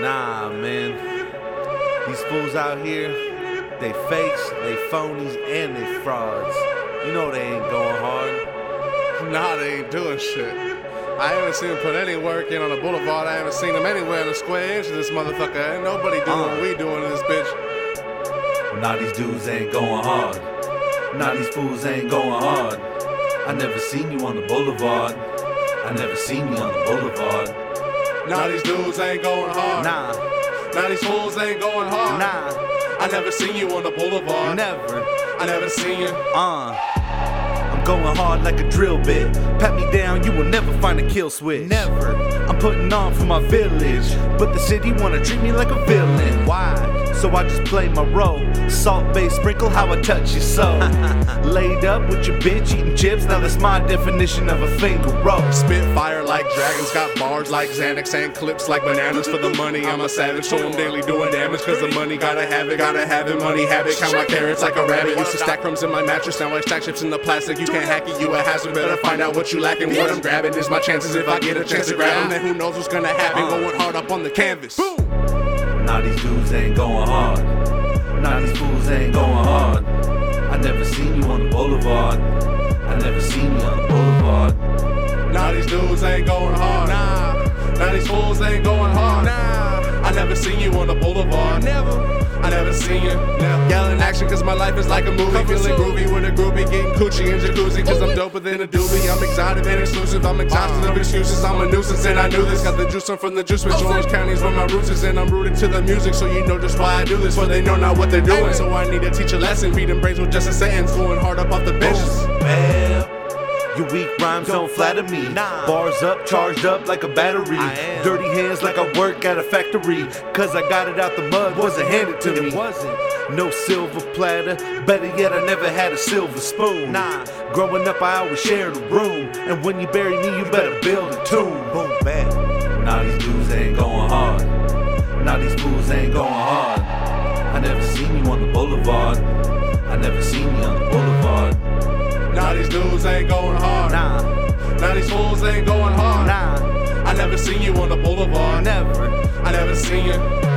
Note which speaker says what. Speaker 1: Nah, man. These fools out here, they fakes, they phonies, and they frauds. You know they ain't going hard.
Speaker 2: Nah, they ain't doing shit. I haven't seen him put any work in on the boulevard. I haven't seen him anywhere in the square inch of this motherfucker. Ain't nobody doing what we doing in this bitch.
Speaker 1: Nah, these dudes ain't going hard. Nah, these fools ain't going hard. I never seen you on the boulevard. I never seen you on the boulevard.
Speaker 2: Nah, these dudes ain't going hard. Nah,
Speaker 1: Nah,
Speaker 2: these fools ain't going hard.
Speaker 1: nah,
Speaker 2: I never seen you on the boulevard.
Speaker 1: never.
Speaker 2: I never seen you.
Speaker 1: Uh. I'm going hard like a drill bit. Pat me down, you will never find a kill switch. Never. I'm putting on for my village, but the city wanna treat me like a villain. Why? So I just play my role. Salt bay sprinkle how I touch your soul. Laid up with your bitch eating chips. Now that's my definition of a finger roll.
Speaker 2: Spit fire like dragons, got bars like Xanax and clips like bananas for the money. I'm a savage, so I'm daily doing damage cause the money. Gotta have it, gotta have it, money habit. Count my carrots like a rabbit. Used to stack crumbs in my mattress, now I stack chips in the plastic. You can't hack it, you a hazard. Better find out what you lacking. What I'm grabbing is my chances if I get a chance to grab 'em, Then who knows what's gonna happen? Going hard up on the canvas.
Speaker 1: Now these dudes ain't going hard. Now these fools ain't going hard. I never seen you on the boulevard. I never seen you on the boulevard.
Speaker 2: Now these dudes ain't going hard. Nah. Now these fools ain't going hard. Nah. I never seen you on the boulevard. Never. I never seen you. Now yelling action cause my life is like a movie. Feeling groovy with a groupie, getting coochie in jacuzzi. Cause I'm doper than a doobie. I'm exotic and exclusive. I'm exhausted of excuses. I'm a nuisance and I knew this. Got the juice I'm from the juice bitch. Orange County's where my roots is. And I'm rooted to the music. So you know just why I do this. For they know not what they're doing. So I need to teach a lesson. Beating brains with just a sentence. Going hard up off the benches.
Speaker 1: Well, Your weak rhymes don't flatter me.
Speaker 3: Nah.
Speaker 1: Bars up, charged up like a battery.
Speaker 3: I am.
Speaker 1: Dirty hands like I work at a factory. Cause I got it out the mud, wasn't handed to me.
Speaker 3: It wasn't.
Speaker 1: No silver platter, better yet, I never had a silver spoon.
Speaker 3: Nah.
Speaker 1: Growing up, I always shared a room. And when you bury me, you better build a tomb.
Speaker 3: Boom, bang.
Speaker 1: Now these dudes ain't going hard. Now these fools ain't going hard. I never seen you on the boulevard. I never seen you on the boulevard.
Speaker 2: Now these dudes ain't going hard.
Speaker 1: Nah,
Speaker 2: Now these fools ain't going hard.
Speaker 1: nah,
Speaker 2: I never seen you on the boulevard.
Speaker 1: never.
Speaker 2: I never seen you.